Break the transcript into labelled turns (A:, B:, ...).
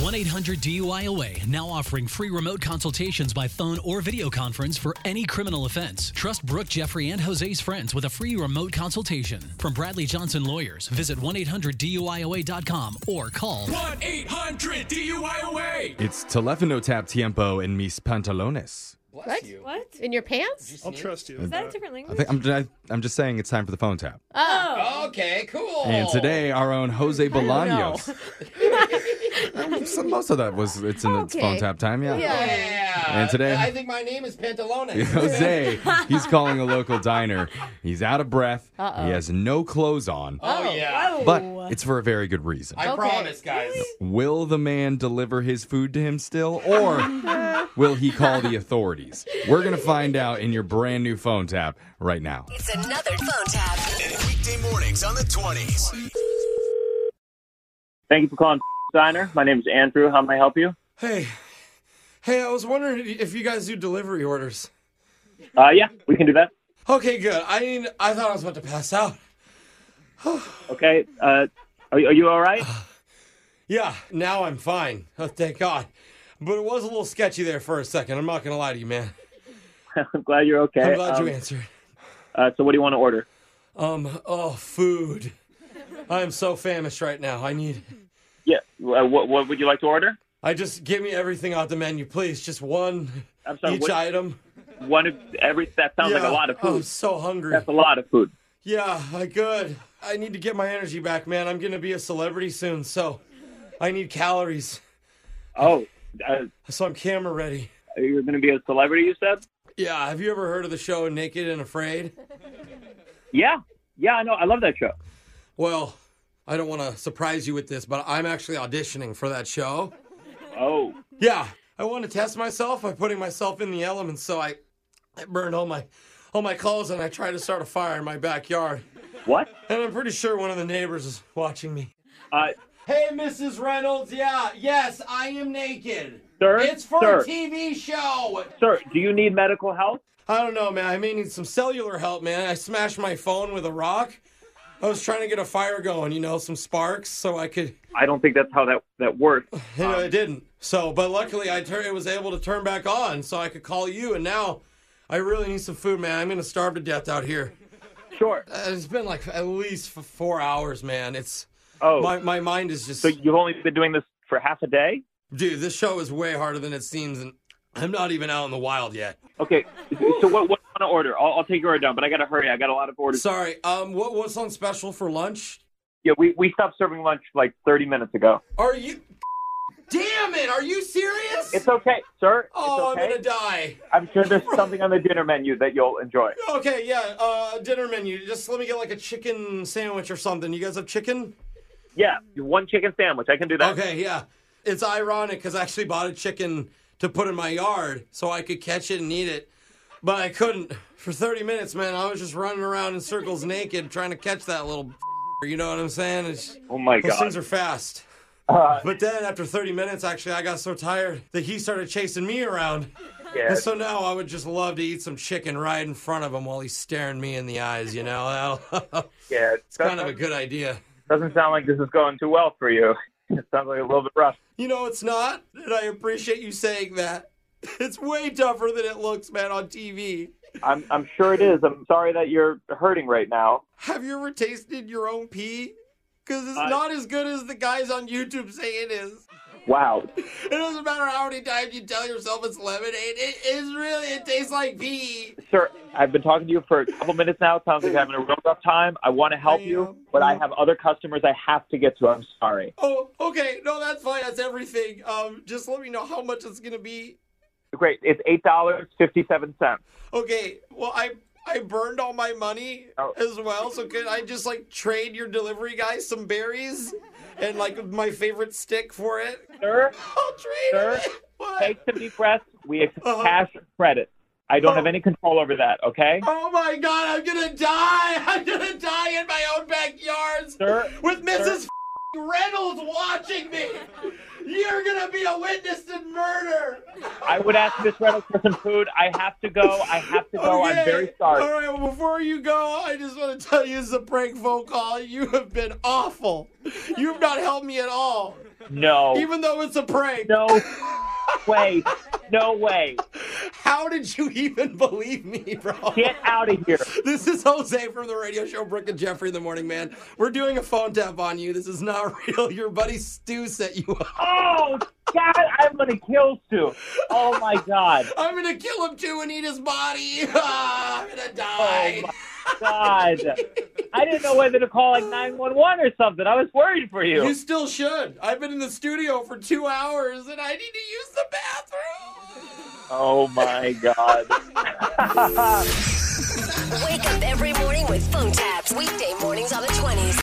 A: 1 800 DUIOA now offering free remote consultations by phone or video conference for any criminal offense. Trust Brooke, Jeffrey, and Jose's friends with a free remote consultation. From Bradley Johnson Lawyers, visit 1 800 DUIOA.com or call
B: 1 800 DUIOA.
C: It's Telefono Tap Tiempo in mis pantalones.
D: What? What? In your pants?
E: I'll trust you.
D: Is that a different
C: I
D: language?
C: think I'm, I, I'm just saying it's time for the phone tap.
D: Oh,
F: Okay, cool.
C: And today, our own Jose Bolaños.
D: know.
C: So most of that was it's in its
D: Okay.
C: phone tap time, yeah.
D: Yeah.
F: Yeah.
C: And today-
F: I think my name is
G: Oh,
F: Pantalones.
C: Jose, he's calling a local diner. He's out of breath.
D: Uh-oh.
C: He has no clothes on,
F: oh, yeah.
D: Whoa.
C: but it's for a very good reason.
F: I
D: Okay.
F: promise, guys.
C: Will the man deliver his food to him still, or will he call the authorities? We're going to find out in your brand new phone tap right now.
H: It's another phone tap.
I: Weekday mornings on the 20s.
G: Thank you for calling Diner. My name is Andrew. How may I help you?
E: Hey, hey, I was wondering if you guys do delivery orders.
G: Uh, yeah, we can do that.
E: Okay, good. I mean, I thought I was about to pass out.
G: Okay. Uh, are, you- are you all right?
E: Yeah, now I'm fine. Oh, thank God. But it was a little sketchy there for a second. I'm not gonna lie to you, man.
G: I'm glad you're okay.
E: I'm glad you
G: Um,
E: answered.
G: uh, so, what do you want to order?
E: Um, oh, food. I'm so famished right now. I need.
G: Yeah. Uh, what, what would you like to order?
E: I just give me everything off the menu, please. Just one
G: I'm sorry.
E: each
G: what-
E: item. Oh,
G: one of every. That sounds like a lot of
E: I'm
G: food.
E: so hungry.
G: That's a lot of food.
E: Yeah, I good. I need to get my energy back, man. I'm gonna be a celebrity soon, so I need calories.
G: Oh, uh,
E: So I'm camera ready.
G: you're going to be a celebrity, you said?
E: Yeah, have you ever heard of the show Naked and Afraid?
G: Yeah. Yeah, I know. I love that show.
E: Well, I don't want to surprise you with this, but I'm actually auditioning for that show.
G: Oh,
E: Yeah, I want to test myself by putting myself in the elements, so I, I burned all my all my clothes and I tried to start a fire in my backyard.
G: what?
E: And I'm pretty sure one of the neighbors is watching me.
G: Uh,
E: Hey, Mrs. Reynolds. Yeah, yes, I am naked.
G: sir,
E: It's for
G: sir,
E: a TV show.
G: sir, do you need medical help?
E: I don't know, man. I may need some cellular help, man. I smashed my phone with a rock. I was trying to get a fire going, you know, some sparks, so I could.
G: I don't think that's how that, that works.
E: You know,
G: Um,
E: it didn't. So, but luckily, I tur- it was able to turn back on, so I could call you. And now, I really need some food, man. I'm gonna starve to death out here.
G: Sure.
E: Uh, It's been like at least f- four hours, man. It's
G: Oh.
E: my my mind is just.
G: So you've only been doing this for half a day?
E: Dude, this show is way harder than it seems, and I'm not even out in the wild yet.
G: Okay. So what what do you want to order? I'll, I'll take your order down, but I gotta hurry. I got a lot of orders.
E: Sorry. Um, what what's on special for lunch?
G: yeah, we, we stopped serving lunch like 30 minutes ago.
E: Are you? Damn it! Are you serious?
G: It's okay, sir.
E: oh,
G: it's
E: I'm gonna
G: okay.
E: die.
G: I'm sure there's something on the dinner menu that you'll enjoy.
E: Okay, yeah. Uh, dinner menu. Just let me get like a chicken sandwich or something. You guys have chicken?
G: Yeah, one chicken sandwich. I can do that.
E: Okay, yeah. It's ironic because I actually bought a chicken to put in my yard so I could catch it and eat it, but I couldn't. For 30 minutes, man, I was just running around in circles naked trying to catch that little. You know what I'm saying? It's,
G: Oh my
E: those things
G: god.
E: are fast.
G: Uh,
E: But then after 30 minutes, actually, I got so tired that he started chasing me around.
G: yeah.
E: And so now I would just love to eat some chicken right in front of him while he's staring me in the eyes, you know? That'll-
G: yeah.
E: it's kind of a good idea.
G: Doesn't sound like this is going too well for you. It sounds like a little bit rough.
E: You know, it's not, and I appreciate you saying that. It's way tougher than it looks, man, on TV.
G: I'm I'm sure it is. I'm sorry that you're hurting right now.
E: Have you ever tasted your own pee? Because it's
G: I-
E: not as good as the guys on YouTube say it is.
G: Wow.
E: It doesn't matter how many times you tell yourself it's lemonade, it is really, it tastes like pee.
G: Sir, I've been talking to you for a couple minutes now. It sounds like you're having a real rough time. I want to help
E: I Mm-hmm.
G: you,
E: am.
G: but I have other customers I have to get to. I'm sorry.
E: Oh, okay. No, that's fine. That's everything. Um, just let me know how much it's gonna be.
G: Great. It's eight dollars fifty seven cents.
E: Okay. Well, I I burned all my money
G: Oh.
E: as well. So could I just like trade your delivery guy some berries and like my favorite stick for it?
G: Sir,
E: I'll trade
G: Sir,
E: it. What?
G: take some deep breaths. We accept
E: Uh-huh.
G: cash or credit. I don't
E: Oh.
G: have any control over that. Okay.
E: Oh my God! I'm gonna die! I'm gonna die in my own backyard
G: Sir,
E: with Mrs. Reynolds watching me. You're gonna be a witness to murder.
G: I would ask Miss Reynolds for some food. I have to go. I have to go. I'm very sorry.
E: All right, well, before you go, I just want to tell you this is a prank phone call. You have been awful. You've not helped me at all,
G: No.
E: even though it's a prank.
G: Oh. no way. No way.
E: How did you even believe me, bro?
G: Get out of here.
E: This is Jose from the radio show Brooke and Jeffrey in the Morning Man. We're doing a phone tap on you. This is not real. Your buddy Stu set you up.
G: Oh God, I'm gonna kill Stu. Oh my God.
E: I'm gonna kill him too and eat his body. Ah, I'm
G: Oh,
E: gonna die.
G: God. I didn't know whether to call like 911 or something. I was worried for
E: You
G: you.
E: still should. I've been in the studio for two hours and I need to use the bathroom.
G: Oh my God.
H: Wake up every morning with phone taps. Weekday mornings on the 20s.